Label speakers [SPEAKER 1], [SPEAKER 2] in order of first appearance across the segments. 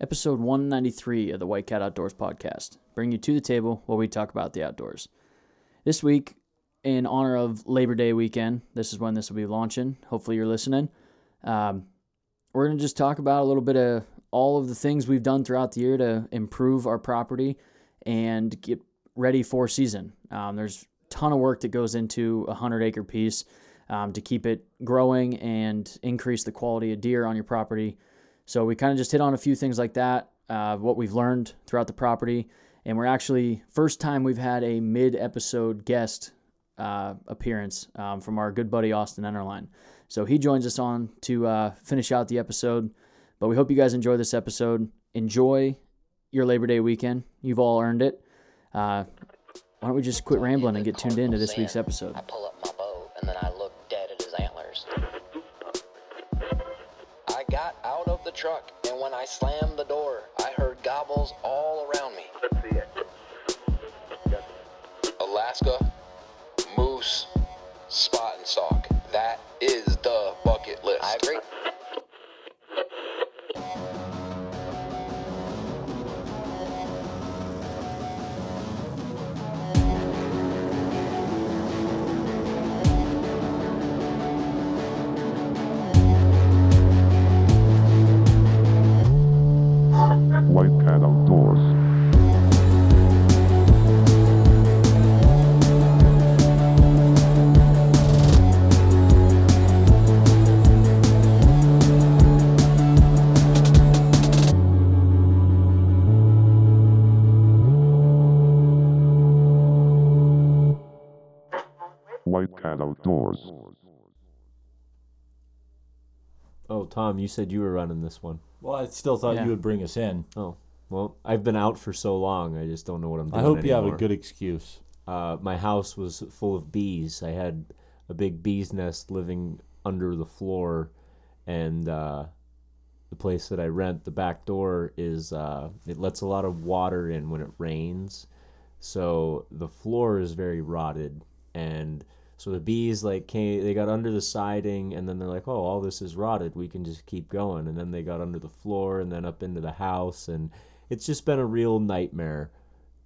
[SPEAKER 1] Episode 193 of the White Cat Outdoors podcast, bring you to the table while we talk about the outdoors. This week, in honor of Labor Day weekend, this is when this will be launching. Hopefully, you're listening. Um, we're going to just talk about a little bit of all of the things we've done throughout the year to improve our property and get ready for season. Um, there's a ton of work that goes into a 100 acre piece um, to keep it growing and increase the quality of deer on your property. So we kind of just hit on a few things like that, uh, what we've learned throughout the property, and we're actually first time we've had a mid-episode guest uh, appearance um, from our good buddy Austin Enterline. So he joins us on to uh, finish out the episode. But we hope you guys enjoy this episode. Enjoy your Labor Day weekend. You've all earned it. Uh, why don't we just quit rambling and get tuned into this week's episode?
[SPEAKER 2] I pull up my bow and then I look dead at his antlers. I got out of the truck and when I slammed the door, I heard gobbles all around me. Alaska, moose, spot and sock. That is the bucket list. I agree.
[SPEAKER 3] White Cat Outdoors. White Cat Outdoors.
[SPEAKER 4] Oh, Tom, you said you were running this one.
[SPEAKER 5] Well, I still thought
[SPEAKER 1] Yeah.
[SPEAKER 5] you would bring us in.
[SPEAKER 4] Oh, well, I've been out for so long. I just don't know what I'm doing.
[SPEAKER 5] I hope you have a
[SPEAKER 4] anymore.
[SPEAKER 5] good excuse.
[SPEAKER 4] Uh, my house was full of bees. I had a big bee's nest living under the floor, and uh, the place that I rent, the back door is uh, it lets a lot of water in when it rains, so the floor is very rotted, and so the bees like came, they got under the siding, and then they're like, oh, all this is rotted. We can just keep going, and then they got under the floor, and then up into the house, and it's just been a real nightmare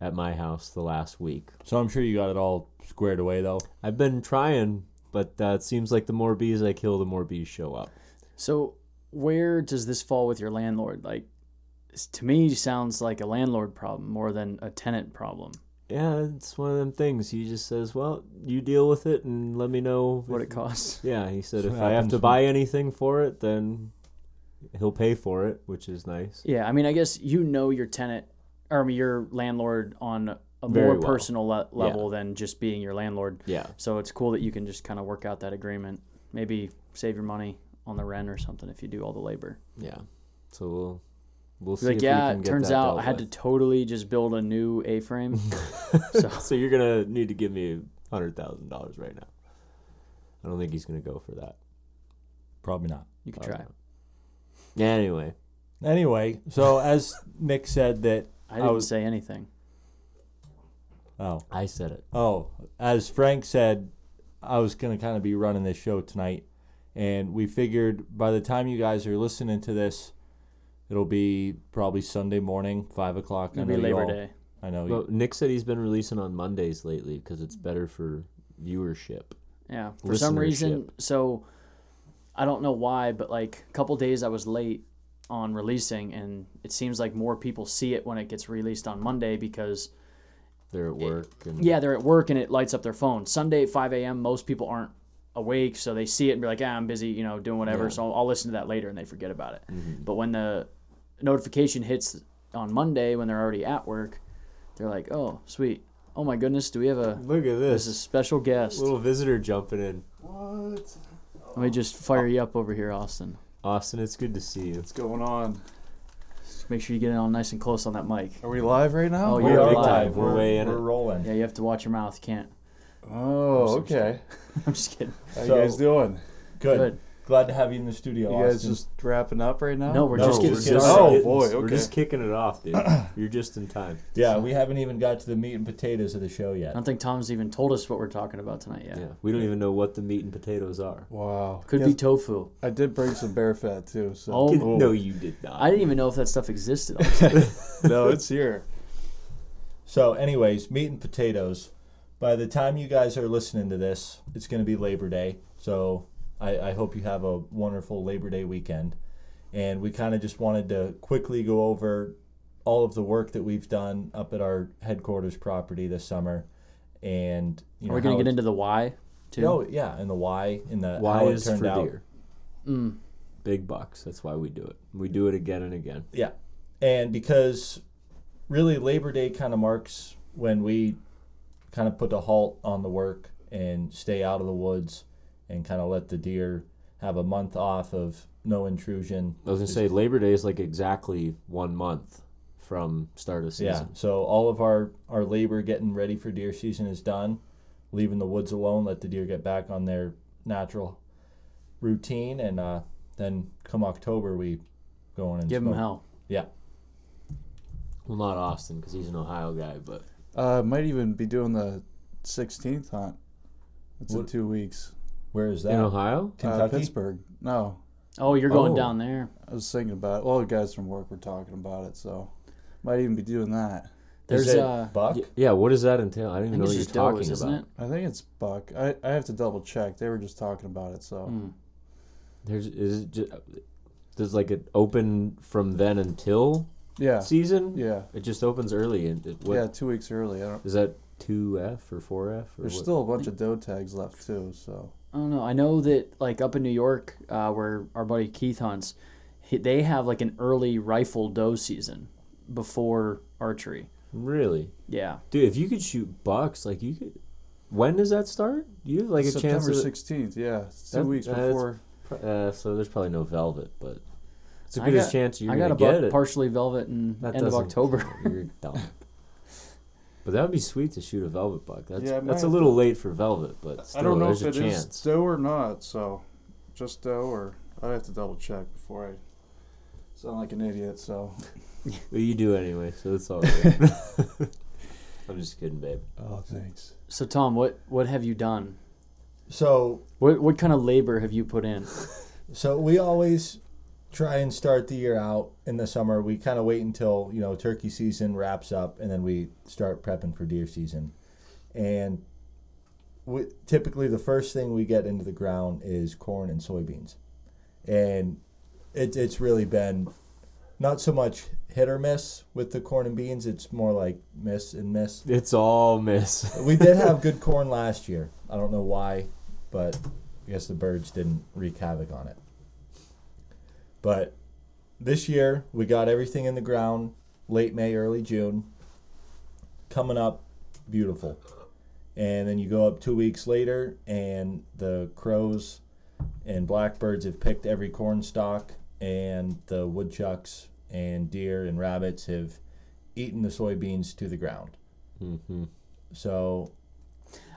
[SPEAKER 4] at my house the last week.
[SPEAKER 5] So I'm sure you got it all squared away, though.
[SPEAKER 4] I've been trying, but uh, it seems like the more bees I kill, the more bees show up.
[SPEAKER 1] So where does this fall with your landlord? Like, this to me sounds like a landlord problem more than a tenant problem.
[SPEAKER 4] Yeah, it's one of them things. He just says, "Well, you deal with it, and let me know
[SPEAKER 1] What
[SPEAKER 4] if-
[SPEAKER 1] it costs.
[SPEAKER 4] Yeah, he said
[SPEAKER 5] That's
[SPEAKER 4] if
[SPEAKER 5] what
[SPEAKER 4] I have
[SPEAKER 5] happens
[SPEAKER 4] to
[SPEAKER 5] when-
[SPEAKER 4] buy anything for it, then he'll pay for it, which is nice.
[SPEAKER 1] Yeah, I mean, I guess you know your tenant or I mean, your landlord on a
[SPEAKER 4] Very
[SPEAKER 1] more
[SPEAKER 4] well.
[SPEAKER 1] personal le- level than just being your landlord.
[SPEAKER 4] Yeah.
[SPEAKER 1] So it's cool that you can just kind of work out that agreement. Maybe save your money on the rent or something if you do all the labor.
[SPEAKER 4] Yeah. So we'll we'll see.
[SPEAKER 1] You're like,
[SPEAKER 4] if
[SPEAKER 1] yeah,
[SPEAKER 4] we can
[SPEAKER 1] it
[SPEAKER 4] get
[SPEAKER 1] turns
[SPEAKER 4] that
[SPEAKER 1] out
[SPEAKER 4] dealt
[SPEAKER 1] I had
[SPEAKER 4] with."
[SPEAKER 1] to totally just build a new A-frame.
[SPEAKER 4] so you're gonna need to give me hundred thousand dollars right now. I don't think he's gonna go for that.
[SPEAKER 5] Probably not.
[SPEAKER 1] you
[SPEAKER 4] Uh,
[SPEAKER 1] could try.
[SPEAKER 4] Anyway,
[SPEAKER 5] Anyway, so as Nick said that
[SPEAKER 1] I
[SPEAKER 5] I,
[SPEAKER 1] didn't
[SPEAKER 5] was
[SPEAKER 1] say anything.
[SPEAKER 5] oh
[SPEAKER 4] I said it.
[SPEAKER 5] oh as Frank said, I was gonna kind of be running this show tonight, and we figured by the time you guys are listening to this, it'll be probably Sunday morning, five o'clock. I
[SPEAKER 1] It'll be
[SPEAKER 5] know you
[SPEAKER 1] Labor
[SPEAKER 5] all-
[SPEAKER 1] Day.
[SPEAKER 5] I know. you
[SPEAKER 4] Well, Nick said he's been releasing on Mondays lately because it's better for viewership.
[SPEAKER 1] Yeah. For some reason, so I don't know why, but like a couple days I was late on releasing, and it seems like more people see it when it gets released on Monday because
[SPEAKER 4] They're at work and
[SPEAKER 1] yeah, they're at work and it lights up their phone. Sunday at 5 a.m., most people aren't awake, so they see it and be like, ah, I'm busy, you know, doing whatever, so I'll, I'll listen to that later, and they forget about it. But when the notification hits on Monday when they're already at work, they're like, oh, sweet. Oh my goodness, do we have a
[SPEAKER 4] Look at
[SPEAKER 1] this
[SPEAKER 4] this,
[SPEAKER 1] is a special guest?
[SPEAKER 4] little visitor jumping in.
[SPEAKER 1] Let me just fire you up over here, Austin.
[SPEAKER 4] Austin, it's good to see you.
[SPEAKER 6] What's going on?
[SPEAKER 1] Make sure you get in all nice and close on that mic.
[SPEAKER 6] Are we live right now?
[SPEAKER 1] Oh,
[SPEAKER 4] We
[SPEAKER 1] you're
[SPEAKER 4] are
[SPEAKER 1] live.
[SPEAKER 4] big time. We're, way in
[SPEAKER 5] we're
[SPEAKER 4] it.
[SPEAKER 5] rolling.
[SPEAKER 1] Yeah, you have to watch your mouth. You can't.
[SPEAKER 6] Oh, okay.
[SPEAKER 1] I'm just kidding.
[SPEAKER 6] How
[SPEAKER 5] So-
[SPEAKER 6] you guys doing?
[SPEAKER 5] Good.
[SPEAKER 1] Good.
[SPEAKER 5] Glad to have you in the studio,
[SPEAKER 6] You guys
[SPEAKER 5] Austin.
[SPEAKER 6] just wrapping up right now?
[SPEAKER 1] No, we're just getting
[SPEAKER 4] we're
[SPEAKER 1] started.
[SPEAKER 5] just- Oh,
[SPEAKER 4] getting-
[SPEAKER 6] boy,
[SPEAKER 4] We're
[SPEAKER 6] okay.
[SPEAKER 4] just kicking it off, dude. You're just in time.
[SPEAKER 5] yeah, we haven't even got to the meat and potatoes of the show
[SPEAKER 1] I
[SPEAKER 5] yet.
[SPEAKER 1] don't think Tom's even told us what we're talking about tonight yet.
[SPEAKER 4] Yeah. We don't even know what the meat and potatoes are.
[SPEAKER 6] Wow.
[SPEAKER 1] Could be
[SPEAKER 6] Yes,
[SPEAKER 1] tofu.
[SPEAKER 6] I did bring some bear fat too. So
[SPEAKER 1] Oh,
[SPEAKER 4] Kid- No, you did not.
[SPEAKER 1] I didn't even know if that stuff existed.
[SPEAKER 6] no, it's here.
[SPEAKER 5] So, anyways, meat and potatoes. By the time you guys are listening to this, it's going to be Labor Day. So, I, I hope you have a wonderful Labor Day weekend. And we kind of just wanted to quickly go over all of the work that we've done up at our headquarters property this summer. And you know,
[SPEAKER 1] We're gonna
[SPEAKER 5] how
[SPEAKER 1] get
[SPEAKER 5] it-
[SPEAKER 1] into the why too.
[SPEAKER 5] no, yeah, and the why, and the
[SPEAKER 4] Why
[SPEAKER 5] how
[SPEAKER 4] is
[SPEAKER 5] it turned
[SPEAKER 4] for
[SPEAKER 5] out.
[SPEAKER 4] deer? Big bucks. That's why we do it. We do it again and again.
[SPEAKER 5] Yeah. And because really Labor Day kind of marks when we kind of put a halt on the work and stay out of the woods and kind of let the deer have a month off of no intrusion.
[SPEAKER 4] I was gonna say Labor Day is like exactly one month from start of
[SPEAKER 5] Yeah.
[SPEAKER 4] season.
[SPEAKER 5] So all of our our labor getting ready for deer season is done. Leaving the woods alone, let the deer get back on their natural routine and uh, then come October we go on and
[SPEAKER 1] Give him
[SPEAKER 4] Oh.
[SPEAKER 5] smoke.
[SPEAKER 1] hell.
[SPEAKER 5] Yeah.
[SPEAKER 4] Well, not Austin because he's an Ohio guy, but
[SPEAKER 6] Uh, might even be doing the 16th hunt. It's in two weeks.
[SPEAKER 5] Where is that?
[SPEAKER 4] in Ohio,
[SPEAKER 6] Uh,
[SPEAKER 5] Kentucky.
[SPEAKER 6] Pittsburgh. No,
[SPEAKER 1] Oh, you're going
[SPEAKER 4] Oh.
[SPEAKER 1] down there.
[SPEAKER 6] I was thinking about it. All the guys from work were talking about it, so might even be doing that.
[SPEAKER 1] There's
[SPEAKER 5] is it
[SPEAKER 1] uh,
[SPEAKER 5] buck?
[SPEAKER 4] Y- yeah. What does that entail? I
[SPEAKER 1] I
[SPEAKER 4] didn't even
[SPEAKER 1] think
[SPEAKER 4] know
[SPEAKER 1] it's
[SPEAKER 4] what you're
[SPEAKER 1] just does, isn't
[SPEAKER 4] talking about.
[SPEAKER 1] it?
[SPEAKER 6] I think it's Buck. I, I have to double check. They were just talking about it, so
[SPEAKER 1] Hmm.
[SPEAKER 4] There's is it just there's like an open from then until
[SPEAKER 6] yeah,
[SPEAKER 4] season.
[SPEAKER 6] yeah,
[SPEAKER 4] It just opens early and it, what
[SPEAKER 6] yeah. Two weeks early. I don't,
[SPEAKER 4] is that? Two F or four F or
[SPEAKER 6] there's
[SPEAKER 4] what?
[SPEAKER 6] still a bunch of doe tags left too, so
[SPEAKER 1] I don't know. I know that like up in New York, uh, where our buddy Keith hunts, he, they have like an early rifle doe season before archery.
[SPEAKER 4] really,
[SPEAKER 1] Yeah,
[SPEAKER 4] dude. If you could shoot bucks, like you could. When does that start? You have like a chance.
[SPEAKER 6] September
[SPEAKER 4] of-
[SPEAKER 6] 16th. Yeah, it's two
[SPEAKER 4] That-
[SPEAKER 6] weeks
[SPEAKER 4] uh, that's-
[SPEAKER 6] before.
[SPEAKER 4] Uh, so there's probably no velvet, but it's the
[SPEAKER 1] I
[SPEAKER 4] biggest
[SPEAKER 1] got-
[SPEAKER 4] chance you're
[SPEAKER 1] I got
[SPEAKER 4] gonna
[SPEAKER 1] a
[SPEAKER 4] get
[SPEAKER 1] buck
[SPEAKER 4] it.
[SPEAKER 1] partially velvet in
[SPEAKER 4] That
[SPEAKER 1] end of
[SPEAKER 4] doesn't
[SPEAKER 1] October.
[SPEAKER 4] count. You're dumb. But that would be sweet to shoot a velvet buck. That's
[SPEAKER 6] Yeah, I
[SPEAKER 4] that's a
[SPEAKER 6] might-
[SPEAKER 4] little late for velvet, but still,
[SPEAKER 6] I don't know
[SPEAKER 4] there's
[SPEAKER 6] if it
[SPEAKER 4] a
[SPEAKER 6] is
[SPEAKER 4] chance.
[SPEAKER 6] doe or not. So just doe, or I have to double check before I sound like an idiot. So
[SPEAKER 4] Well, you do anyway, so it's all good. I'm just kidding, babe.
[SPEAKER 6] oh, thanks.
[SPEAKER 1] so Tom, what what have you done?
[SPEAKER 5] So
[SPEAKER 1] What what kind of labor have you put in?
[SPEAKER 5] So we always try and start the year out in the summer. We kind of wait until you know turkey season wraps up, and then we start prepping for deer season. And we, typically, the first thing we get into the ground is corn and soybeans, and it, it's really been not so much hit or miss with the corn and beans. It's more like miss and miss.
[SPEAKER 4] It's all miss.
[SPEAKER 5] We did have good corn last year. I don't know why, but I guess the birds didn't wreak havoc on it. But this year, we got everything in the ground late May, early June. Coming up, beautiful. And then you go up two weeks later, and the crows and blackbirds have picked every corn stalk, and the woodchucks and deer and rabbits have eaten the soybeans to the ground. So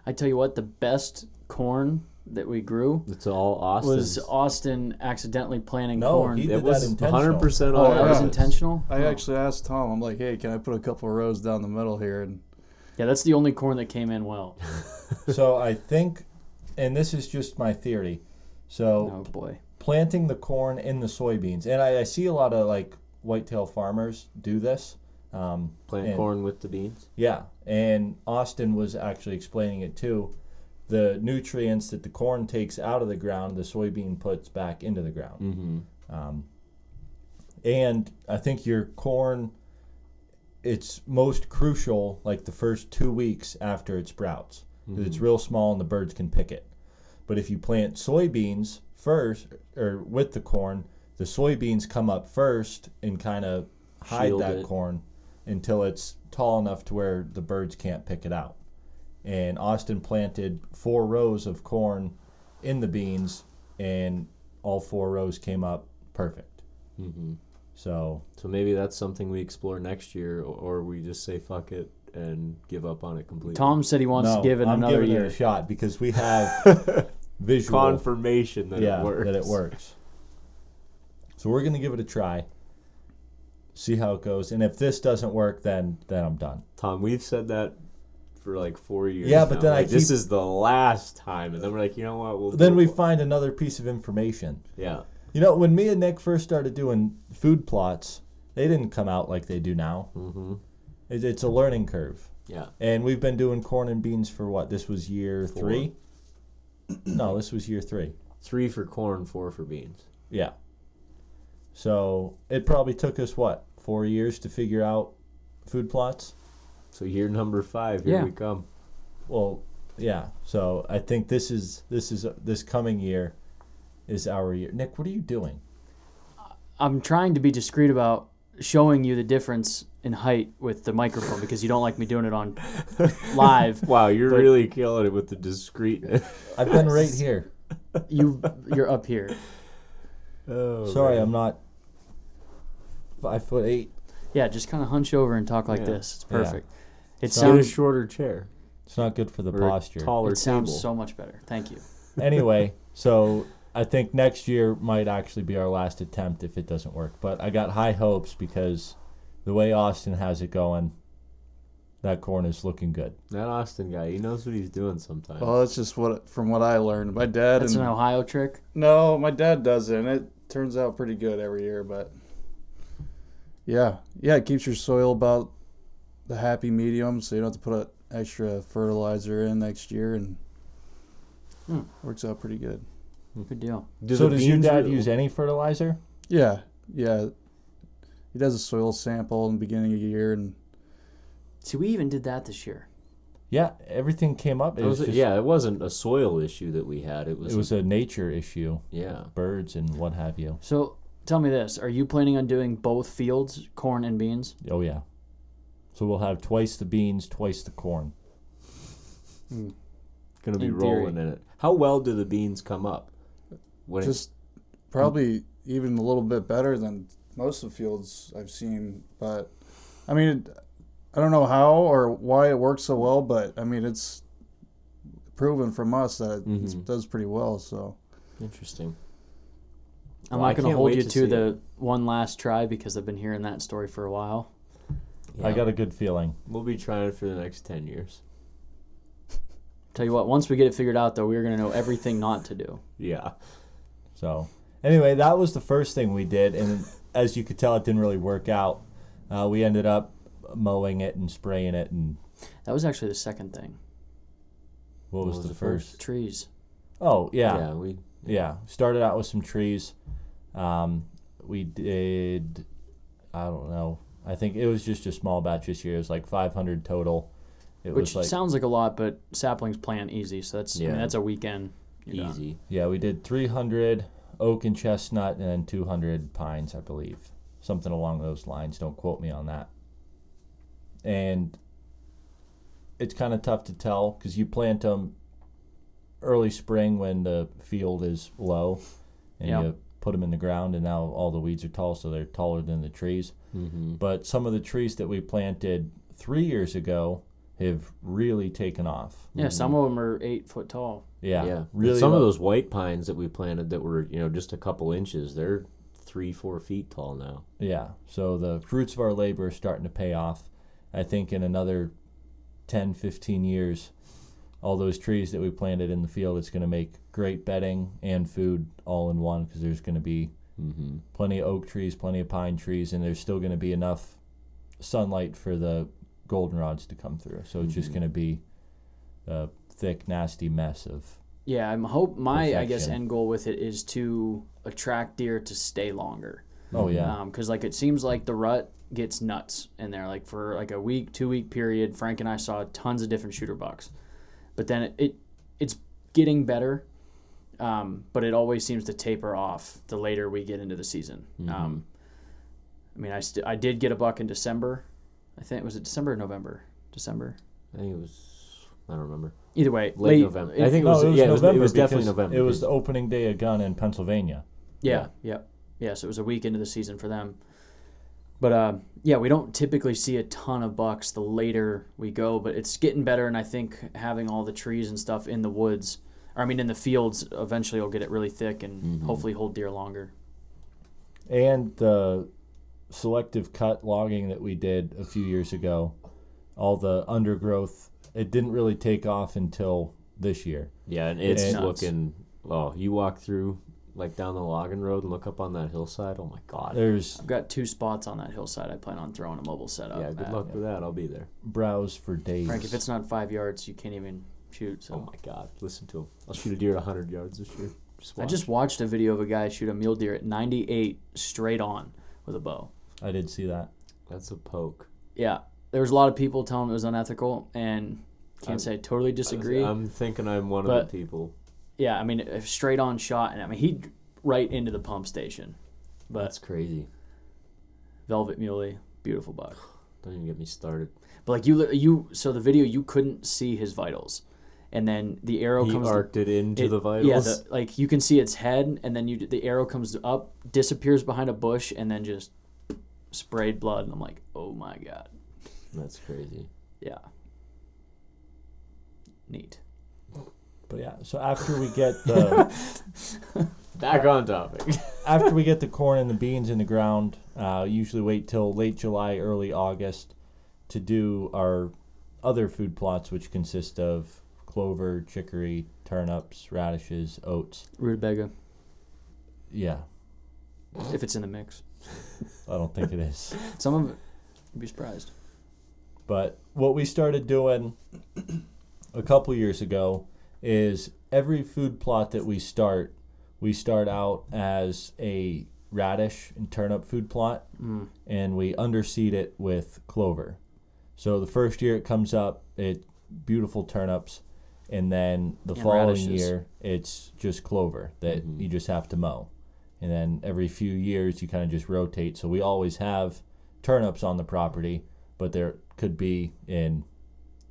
[SPEAKER 1] I tell you what, the best corn that we grew
[SPEAKER 4] It's all awesome.
[SPEAKER 1] was Austin accidentally planting
[SPEAKER 5] No,
[SPEAKER 1] corn.
[SPEAKER 5] he-
[SPEAKER 4] it
[SPEAKER 5] did that
[SPEAKER 4] was
[SPEAKER 5] intentional.
[SPEAKER 4] 100 percent
[SPEAKER 1] oh,
[SPEAKER 4] all
[SPEAKER 1] that was
[SPEAKER 6] yeah.
[SPEAKER 4] purpose.
[SPEAKER 1] intentional.
[SPEAKER 6] I
[SPEAKER 1] Oh.
[SPEAKER 6] actually asked Tom. I'm like, hey, can I put a couple rows down the middle here? And
[SPEAKER 1] yeah, that's the only corn that came in well.
[SPEAKER 5] so I think, and this is just my theory. So
[SPEAKER 1] Oh boy.
[SPEAKER 5] planting the corn in the soybeans, and I, I see a lot of like whitetail farmers do this. Um,
[SPEAKER 4] Plant
[SPEAKER 5] and-
[SPEAKER 4] corn with the beans.
[SPEAKER 5] Yeah, and Austin was actually explaining it too. The nutrients that the corn takes out of the ground, the soybean puts back into the ground. Mm-hmm. Um, and I think your corn, it's most crucial like the first two weeks after it sprouts. 'cause
[SPEAKER 4] Mm-hmm.
[SPEAKER 5] It's real small and the birds can pick it. But if you plant soybeans first, or with the corn, the soybeans come up first and kind of hide
[SPEAKER 4] Shield
[SPEAKER 5] that
[SPEAKER 4] it.
[SPEAKER 5] corn until it's tall enough to where the birds can't pick it out. And Austin planted four rows of corn in the beans, and all four rows came up perfect. So
[SPEAKER 4] So maybe that's something we explore next year, or, or we just say fuck it and give up on it completely.
[SPEAKER 1] Tom said he wants
[SPEAKER 5] no,
[SPEAKER 1] to give it
[SPEAKER 5] I'm
[SPEAKER 1] another
[SPEAKER 5] giving
[SPEAKER 1] year.
[SPEAKER 5] it a shot because we have visual
[SPEAKER 4] confirmation that
[SPEAKER 5] yeah,
[SPEAKER 4] it works.
[SPEAKER 5] that it works. So we're gonna give it a try. See how it goes, and if this doesn't work, then then I'm done.
[SPEAKER 4] Tom, we've said that for like four years.
[SPEAKER 5] Yeah, but
[SPEAKER 4] now.
[SPEAKER 5] then I
[SPEAKER 4] Like, this
[SPEAKER 5] keep-
[SPEAKER 4] is the last time, and then we're like, you know what? We'll
[SPEAKER 5] Then
[SPEAKER 4] do
[SPEAKER 5] we
[SPEAKER 4] it.
[SPEAKER 5] find another piece of information.
[SPEAKER 4] yeah.
[SPEAKER 5] You know, when me and Nick first started doing food plots, they didn't come out like they do now. Mm-hmm. It, it's a learning curve,
[SPEAKER 4] Yeah.
[SPEAKER 5] and we've been doing corn and beans for what? This was year three. no, this was year three.
[SPEAKER 4] Three for corn, four for beans.
[SPEAKER 5] Yeah. So it probably took us what four years to figure out food plots.
[SPEAKER 4] So year number five, here
[SPEAKER 1] Yeah.
[SPEAKER 4] we come.
[SPEAKER 5] Well, yeah. So I think this is this is this coming year is our year. Nick, what are you doing?
[SPEAKER 1] I'm trying to be discreet about showing you the difference in height with the microphone because you don't like me doing it on live.
[SPEAKER 4] Wow, you're really killing it with the discreetness.
[SPEAKER 5] I've been right here.
[SPEAKER 1] You you're up here.
[SPEAKER 4] oh,
[SPEAKER 5] Sorry, I'm not five foot eight.
[SPEAKER 1] Yeah, just kind of hunch over and talk like
[SPEAKER 4] Yeah.
[SPEAKER 1] this. It's perfect. It
[SPEAKER 4] Get a
[SPEAKER 1] sounds
[SPEAKER 4] shorter chair.
[SPEAKER 5] It's not good for the
[SPEAKER 4] Or a
[SPEAKER 5] posture.
[SPEAKER 4] taller
[SPEAKER 1] it sounds
[SPEAKER 4] table.
[SPEAKER 1] so much better. Thank you.
[SPEAKER 5] anyway, so I think next year might actually be our last attempt if it doesn't work. But I got high hopes because the way Austin has it going, that corn is looking good.
[SPEAKER 4] that Austin guy, he knows what he's doing sometimes.
[SPEAKER 6] Well, that's just what from what I learned. My dad
[SPEAKER 1] That's an
[SPEAKER 6] and
[SPEAKER 1] Ohio trick.
[SPEAKER 6] no, my dad does it, and it turns out pretty good every year. But yeah, yeah, it keeps your soil about the happy medium, so you don't have to put a extra fertilizer in next year, and
[SPEAKER 1] Hmm.
[SPEAKER 6] works out pretty good.
[SPEAKER 5] Mm.
[SPEAKER 1] Good deal.
[SPEAKER 4] Do
[SPEAKER 5] so
[SPEAKER 4] the
[SPEAKER 5] does your
[SPEAKER 4] beans
[SPEAKER 5] dad
[SPEAKER 4] really-
[SPEAKER 5] use any fertilizer?
[SPEAKER 6] Yeah, yeah. He does a soil sample in the beginning of the year, and
[SPEAKER 1] See, we even did that this year.
[SPEAKER 5] Yeah, everything came up. It
[SPEAKER 4] That
[SPEAKER 5] was,
[SPEAKER 4] was it-
[SPEAKER 5] just,
[SPEAKER 4] yeah, it wasn't a soil issue that we had. It was,
[SPEAKER 5] it was a nature issue,
[SPEAKER 4] yeah.
[SPEAKER 5] birds and what have you.
[SPEAKER 1] So tell me this: Are you planning on doing both fields, corn and beans?
[SPEAKER 5] Oh yeah. So we'll have twice the beans, twice the corn.
[SPEAKER 4] Gonna be
[SPEAKER 1] In theory.
[SPEAKER 4] rolling in it. How well do the beans come up? When it-
[SPEAKER 6] just probably even a little bit better than most of the fields I've seen. But I mean, it, I don't know how or why it works so well, but I mean, it's proven from us that it
[SPEAKER 4] Mhm.
[SPEAKER 6] does pretty well. So
[SPEAKER 4] interesting.
[SPEAKER 1] I'm
[SPEAKER 4] Well, Oh, I
[SPEAKER 1] not going
[SPEAKER 4] can't
[SPEAKER 1] to hold
[SPEAKER 4] wait
[SPEAKER 1] you
[SPEAKER 4] to
[SPEAKER 1] to,
[SPEAKER 4] see
[SPEAKER 1] the one last try because I've been hearing that story for a while.
[SPEAKER 5] I
[SPEAKER 4] Yeah.
[SPEAKER 5] got a good feeling.
[SPEAKER 4] We'll be trying it for the next ten years.
[SPEAKER 1] Tell you what, once we get it figured out, though, we're going to know everything not to do.
[SPEAKER 4] Yeah.
[SPEAKER 5] So, anyway, that was the first thing we did, and as you could tell, it didn't really work out. Uh, we ended up mowing it and spraying it, and
[SPEAKER 1] That was actually the second thing.
[SPEAKER 5] what was,
[SPEAKER 4] was
[SPEAKER 5] the,
[SPEAKER 4] the
[SPEAKER 5] first?
[SPEAKER 1] Trees.
[SPEAKER 5] Oh yeah, yeah,
[SPEAKER 4] Yeah. We
[SPEAKER 5] Started out with some trees. Um, we did, I don't know. I think it was just a small batch this year. It was like 500 total. It
[SPEAKER 1] Which
[SPEAKER 5] was like
[SPEAKER 1] sounds like a lot, but saplings plant easy, so that's I mean,
[SPEAKER 4] Yeah.
[SPEAKER 1] that's a weekend. You're done.
[SPEAKER 4] easy.
[SPEAKER 5] yeah, we did 300 oak and chestnut, and then 200 pines, I believe, something along those lines. Don't quote me on that. And it's kind of tough to tell because you plant them early spring when the field is low, and
[SPEAKER 1] Yeah.
[SPEAKER 5] you put them in the ground, and now all the weeds are tall, so they're taller than the trees.
[SPEAKER 4] Mm-hmm.
[SPEAKER 5] But some of the trees that we planted three years ago have really taken off.
[SPEAKER 1] Yeah, some of them are eight foot tall.
[SPEAKER 5] Yeah,
[SPEAKER 4] yeah.
[SPEAKER 5] really. uh,
[SPEAKER 4] Some of
[SPEAKER 5] lo-
[SPEAKER 4] those white pines that we planted that were you know just a couple inches, they're three four feet tall now.
[SPEAKER 5] Yeah. So the fruits of our labor are starting to pay off. I think in another 10, 15 years, all those trees that we planted in the field, it's going to make great bedding and food all in one because there's going to be
[SPEAKER 4] Mm-hmm.
[SPEAKER 5] plenty of oak trees, plenty of pine trees, and there's still going to be enough sunlight for the goldenrods to come through. So it's just
[SPEAKER 4] Mhm.
[SPEAKER 5] going to be a thick, nasty mess of.
[SPEAKER 1] Yeah, I'm hope my I guess
[SPEAKER 5] Perfection.
[SPEAKER 1] end goal with it is to attract deer to stay longer.
[SPEAKER 5] Oh, yeah.
[SPEAKER 1] because Um, like it seems like the rut gets nuts in there like for like a week two week period frank and i saw tons of different shooter bucks but then it, it it's getting better um, but it always seems to taper off the later we get into the season
[SPEAKER 4] Mm-hmm.
[SPEAKER 1] um, i mean I, st- I did get a buck in december i think was it december or november december
[SPEAKER 4] I think it was. I don't remember.
[SPEAKER 1] either way
[SPEAKER 4] Late November. I think it was-
[SPEAKER 5] No,
[SPEAKER 4] yeah, it was- it was definitely
[SPEAKER 5] because
[SPEAKER 4] November
[SPEAKER 5] It was
[SPEAKER 4] because-
[SPEAKER 5] the opening day of gun in Pennsylvania.
[SPEAKER 1] Yeah, yeah, yeah. So it was a week into the season for them. But uh, yeah, we don't typically see a ton of bucks the later we go, but it's getting better. And I think having all the trees and stuff in the woods, or I mean, in the fields, eventually it'll get it really thick and
[SPEAKER 4] Mm-hmm.
[SPEAKER 1] hopefully hold deer longer.
[SPEAKER 5] and the selective cut logging that we did a few years ago, all the undergrowth, it didn't really take off until this year.
[SPEAKER 4] Yeah, and it's,
[SPEAKER 5] It's
[SPEAKER 1] nuts.
[SPEAKER 4] looking. Oh, you walk through like down the logging road and look up on that hillside. Oh my god.
[SPEAKER 5] There's
[SPEAKER 1] I've got two spots on that hillside. I plan on throwing a mobile setup.
[SPEAKER 4] Yeah, good
[SPEAKER 1] at.
[SPEAKER 4] luck with that. I'll be there.
[SPEAKER 5] browse for days.
[SPEAKER 1] Frank, if it's not five yards, you can't even shoot. So
[SPEAKER 4] Oh my god, listen to him. I'll shoot a deer at 100 yards this year. Just
[SPEAKER 1] I
[SPEAKER 4] watch.
[SPEAKER 1] just watched a video of a guy shoot a mule deer at 98 straight on with a bow.
[SPEAKER 5] I did see that.
[SPEAKER 4] That's a poke.
[SPEAKER 1] Yeah, there was a lot of people telling him it was unethical, and can't say I totally disagree.
[SPEAKER 4] I'm thinking I'm one
[SPEAKER 1] But-
[SPEAKER 4] of the people.
[SPEAKER 1] yeah, I mean, a straight on shot, and I mean, he d- right into the pump station.
[SPEAKER 4] That's crazy.
[SPEAKER 1] Velvet Muley, beautiful buck.
[SPEAKER 4] Don't even get me started.
[SPEAKER 1] But like you, li- you so the video you couldn't see his vitals, and then the arrow
[SPEAKER 4] He
[SPEAKER 1] comes
[SPEAKER 4] arced it into
[SPEAKER 1] it-
[SPEAKER 4] the vitals.
[SPEAKER 1] Yeah, the, like you can see its head, and then you d- the arrow comes up, disappears behind a bush, and then just sprayed blood. And I'm like, oh my god,
[SPEAKER 4] That's crazy.
[SPEAKER 1] yeah, neat.
[SPEAKER 5] But yeah, so after we get the
[SPEAKER 4] Back on topic.
[SPEAKER 5] after we get the corn and the beans in the ground, uh, usually wait till late July, early August to do our other food plots, which consist of clover, chicory, turnips, radishes, oats.
[SPEAKER 1] Rutabaga,
[SPEAKER 5] Yeah,
[SPEAKER 1] if it's in the mix,
[SPEAKER 5] I don't think it is.
[SPEAKER 1] some of it, you'd be surprised.
[SPEAKER 5] But what we started doing a couple years ago is every food plot that we start, we start out as a radish and turnip food plot,
[SPEAKER 1] Hmm.
[SPEAKER 5] and we underseed it with clover. So the first year it comes up, it beautiful turnips, and then the
[SPEAKER 1] And
[SPEAKER 5] following
[SPEAKER 1] radishes. Mm-hmm.
[SPEAKER 5] year it's just clover that you just have to mow. And then every few years you kind of just rotate. So we always have turnips on the property, but there could be in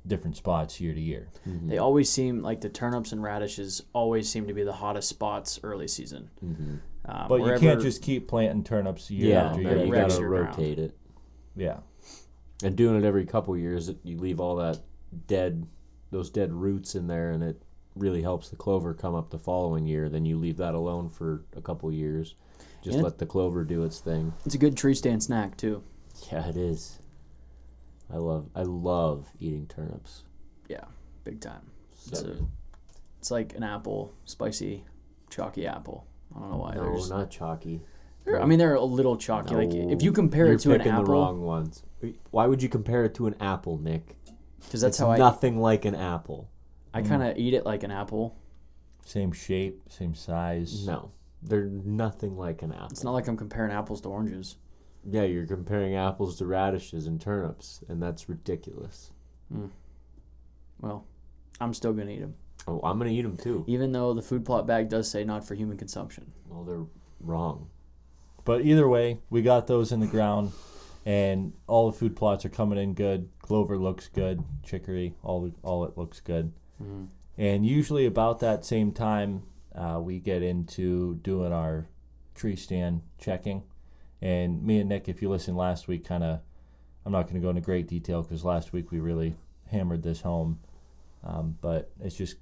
[SPEAKER 5] different spots year to year.
[SPEAKER 4] Mm-hmm.
[SPEAKER 1] They always seem like the turnips and radishes always seem to be the hottest spots early season.
[SPEAKER 4] Mm-hmm.
[SPEAKER 1] Um,
[SPEAKER 5] But you can't
[SPEAKER 1] wherever-
[SPEAKER 5] just keep planting turnips year
[SPEAKER 4] Yeah,
[SPEAKER 5] after
[SPEAKER 4] no,
[SPEAKER 5] year.
[SPEAKER 1] it
[SPEAKER 4] you
[SPEAKER 1] wrecks
[SPEAKER 4] gotta
[SPEAKER 1] your ground.
[SPEAKER 4] rotate it.
[SPEAKER 5] Yeah.
[SPEAKER 4] And doing it every couple years, it- you leave all that dead, those dead roots in there, and it really helps the clover come up the following year. Then you leave that alone for a couple years. Just
[SPEAKER 1] And it-
[SPEAKER 4] let the clover do its thing.
[SPEAKER 1] It's a good tree stand snack too.
[SPEAKER 4] Yeah, it is. I love, I love eating turnips.
[SPEAKER 1] Yeah, big time. It's,
[SPEAKER 4] So-
[SPEAKER 1] a, it's like an apple, spicy, chalky apple. I don't know why.
[SPEAKER 4] no,
[SPEAKER 1] they're just-
[SPEAKER 4] not chalky.
[SPEAKER 1] they're- I mean, they're a little chalky. Like
[SPEAKER 4] No,
[SPEAKER 1] if you compare
[SPEAKER 4] you're
[SPEAKER 1] it to an
[SPEAKER 4] picking the
[SPEAKER 1] apple,
[SPEAKER 4] wrong ones. Why would you compare it to an apple, Nick?
[SPEAKER 1] because that's
[SPEAKER 4] It's
[SPEAKER 1] how I
[SPEAKER 4] nothing like an apple.
[SPEAKER 1] I kind of eat it like an apple.
[SPEAKER 5] Same shape, same size.
[SPEAKER 4] No, they're nothing like an apple.
[SPEAKER 1] It's not like I'm comparing apples to oranges.
[SPEAKER 4] Yeah, you're comparing apples to radishes and turnips, and that's ridiculous.
[SPEAKER 1] Well, I'm still gonna eat them,
[SPEAKER 4] Oh, I'm gonna eat them too.
[SPEAKER 1] even though the food plot bag does say not for human consumption.
[SPEAKER 4] Well, they're wrong.
[SPEAKER 5] But either way, we got those in the ground, and all the food plots are coming in good. Clover looks good, chicory, all all it looks good. And usually about that same time, uh, we get into doing our tree stand checking. And me and Nick, if you listened last week, kind of, I'm not going to go into great detail because last week we really hammered this home. Um, but it's just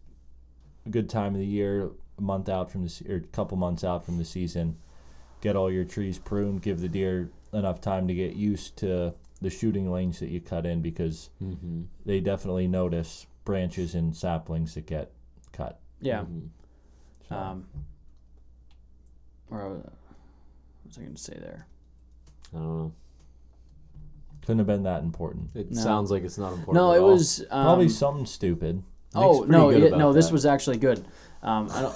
[SPEAKER 5] a good time of the year, a month out from the se- or a couple months out from the season get all your trees pruned, give the deer enough time to get used to the shooting lanes that you cut in because they definitely notice branches and saplings that get cut.
[SPEAKER 1] Yeah.
[SPEAKER 5] So-
[SPEAKER 1] Um, or what was I going to say there?
[SPEAKER 4] I don't know.
[SPEAKER 5] Couldn't have been that important.
[SPEAKER 4] It
[SPEAKER 1] No.
[SPEAKER 4] sounds like it's not important.
[SPEAKER 1] No,
[SPEAKER 4] at
[SPEAKER 1] it
[SPEAKER 4] all.
[SPEAKER 1] was um,
[SPEAKER 5] Probably something stupid.
[SPEAKER 1] Oh
[SPEAKER 4] pretty
[SPEAKER 1] no,
[SPEAKER 4] good
[SPEAKER 1] yeah,
[SPEAKER 4] about
[SPEAKER 1] no, this
[SPEAKER 4] that.
[SPEAKER 1] was actually good. Um, I don't,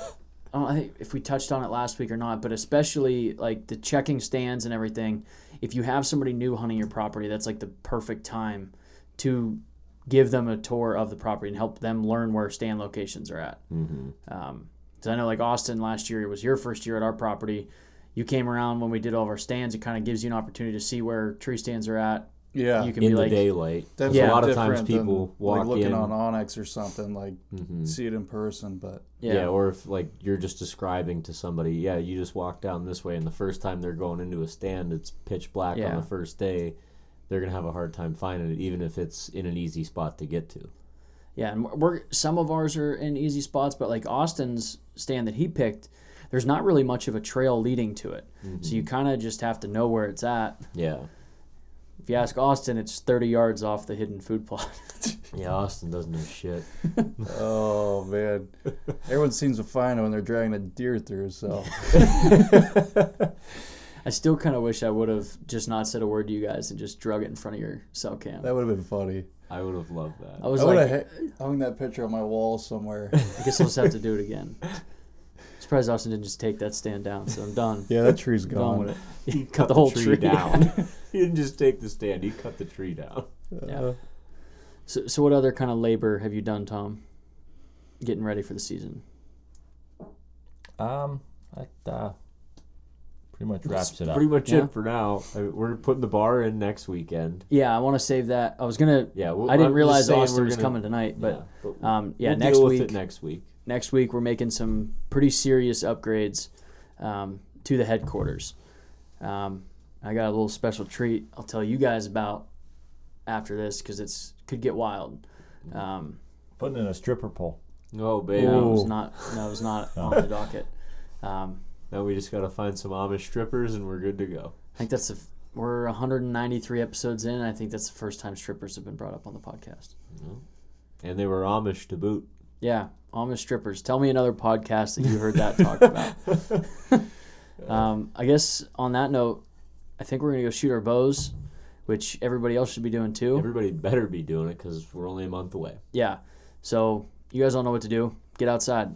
[SPEAKER 1] I don't I think if we touched on it last week or not, but especially like the checking stands and everything. If you have somebody new hunting your property, that's like the perfect time to give them a tour of the property and help them learn where stand locations are at. Mm-hmm. Um, 'cause I know like Austin last year, it was your first year at our property. You came around when we did all of our stands. It kind of gives you an opportunity to see where tree stands are at.
[SPEAKER 6] Yeah.
[SPEAKER 1] You can
[SPEAKER 4] in
[SPEAKER 1] be
[SPEAKER 4] the
[SPEAKER 1] like,
[SPEAKER 4] daylight. 'cause
[SPEAKER 6] Definitely
[SPEAKER 1] Yeah.
[SPEAKER 4] a lot of times
[SPEAKER 6] different than,
[SPEAKER 4] people walk
[SPEAKER 6] like looking
[SPEAKER 4] in. Mm-hmm.
[SPEAKER 6] on Onyx or something, like see it in person. But
[SPEAKER 4] yeah. or if like you're just describing to somebody, yeah, you just walk down this way, and the first time they're going into a stand, it's pitch black on
[SPEAKER 1] Yeah.
[SPEAKER 4] the first day. They're gonna have a hard time finding it, even if it's in an easy spot to get to.
[SPEAKER 1] Yeah, and we're- we're some of ours are in easy spots, but like Austin's stand that he picked, there's not really much of a trail leading to it. So you
[SPEAKER 6] Mm-hmm.
[SPEAKER 1] kind of just have to know where it's at.
[SPEAKER 4] Yeah.
[SPEAKER 1] If you ask Austin, it's 30 yards off the hidden food plot. Mm-hmm.
[SPEAKER 4] Yeah, Austin doesn't know shit.
[SPEAKER 6] Oh man, everyone seems to find it when they're dragging a deer through. So
[SPEAKER 1] I still kind of wish I would have just not said a word to you guys and just drug it in front of your cell cam.
[SPEAKER 6] that would have been funny.
[SPEAKER 4] I would have loved that.
[SPEAKER 1] I was
[SPEAKER 6] I would
[SPEAKER 1] like,
[SPEAKER 6] have hung that picture on my wall somewhere.
[SPEAKER 1] I guess I'll just have to do it again. Surprised Austin didn't just take that stand down, so I'm done.
[SPEAKER 6] Yeah, that tree's
[SPEAKER 1] done
[SPEAKER 6] gone.
[SPEAKER 1] with it. Cut, the whole tree,
[SPEAKER 4] down. he didn't just take the stand; he cut the tree down.
[SPEAKER 1] Yeah. So, so what other kind of labor have you done, Tom? Getting ready for the season.
[SPEAKER 5] Um, that uh, pretty much wraps it up.
[SPEAKER 4] Pretty much
[SPEAKER 1] Yeah.
[SPEAKER 4] it for now. I mean, we're putting the bar in next weekend.
[SPEAKER 1] Yeah, I want to save that. I was gonna.
[SPEAKER 4] Yeah, well,
[SPEAKER 1] I didn't
[SPEAKER 4] I'm just
[SPEAKER 1] realize
[SPEAKER 4] saying
[SPEAKER 1] Austin
[SPEAKER 4] we're
[SPEAKER 1] was
[SPEAKER 4] gonna-
[SPEAKER 1] coming tonight, but
[SPEAKER 4] yeah, but
[SPEAKER 1] yeah, um, yeah
[SPEAKER 4] we'll
[SPEAKER 1] next
[SPEAKER 4] deal with
[SPEAKER 1] week.
[SPEAKER 4] it next week.
[SPEAKER 1] next week we're making some pretty serious upgrades um, to the headquarters. Um, I got a little special treat I'll tell you guys about after this because it's could get wild. Um,
[SPEAKER 5] Putting in a stripper pole.
[SPEAKER 4] Oh, baby!
[SPEAKER 1] no, it was not. No, it was not on the docket. Um,
[SPEAKER 4] Now we just gotta find some Amish strippers, and we're good to go.
[SPEAKER 1] I think that's the. f- We're 193 episodes in. And I think that's the first time strippers have been brought up on the podcast.
[SPEAKER 4] And they were Amish to boot.
[SPEAKER 1] Yeah, Amish strippers. Tell me another podcast that you heard that talked about. um, I guess on that note, I think we're gonna go shoot our bows, which everybody else should be doing too.
[SPEAKER 4] Everybody better be doing it because we're only a month away.
[SPEAKER 1] yeah. So you guys all know what to do. Get outside.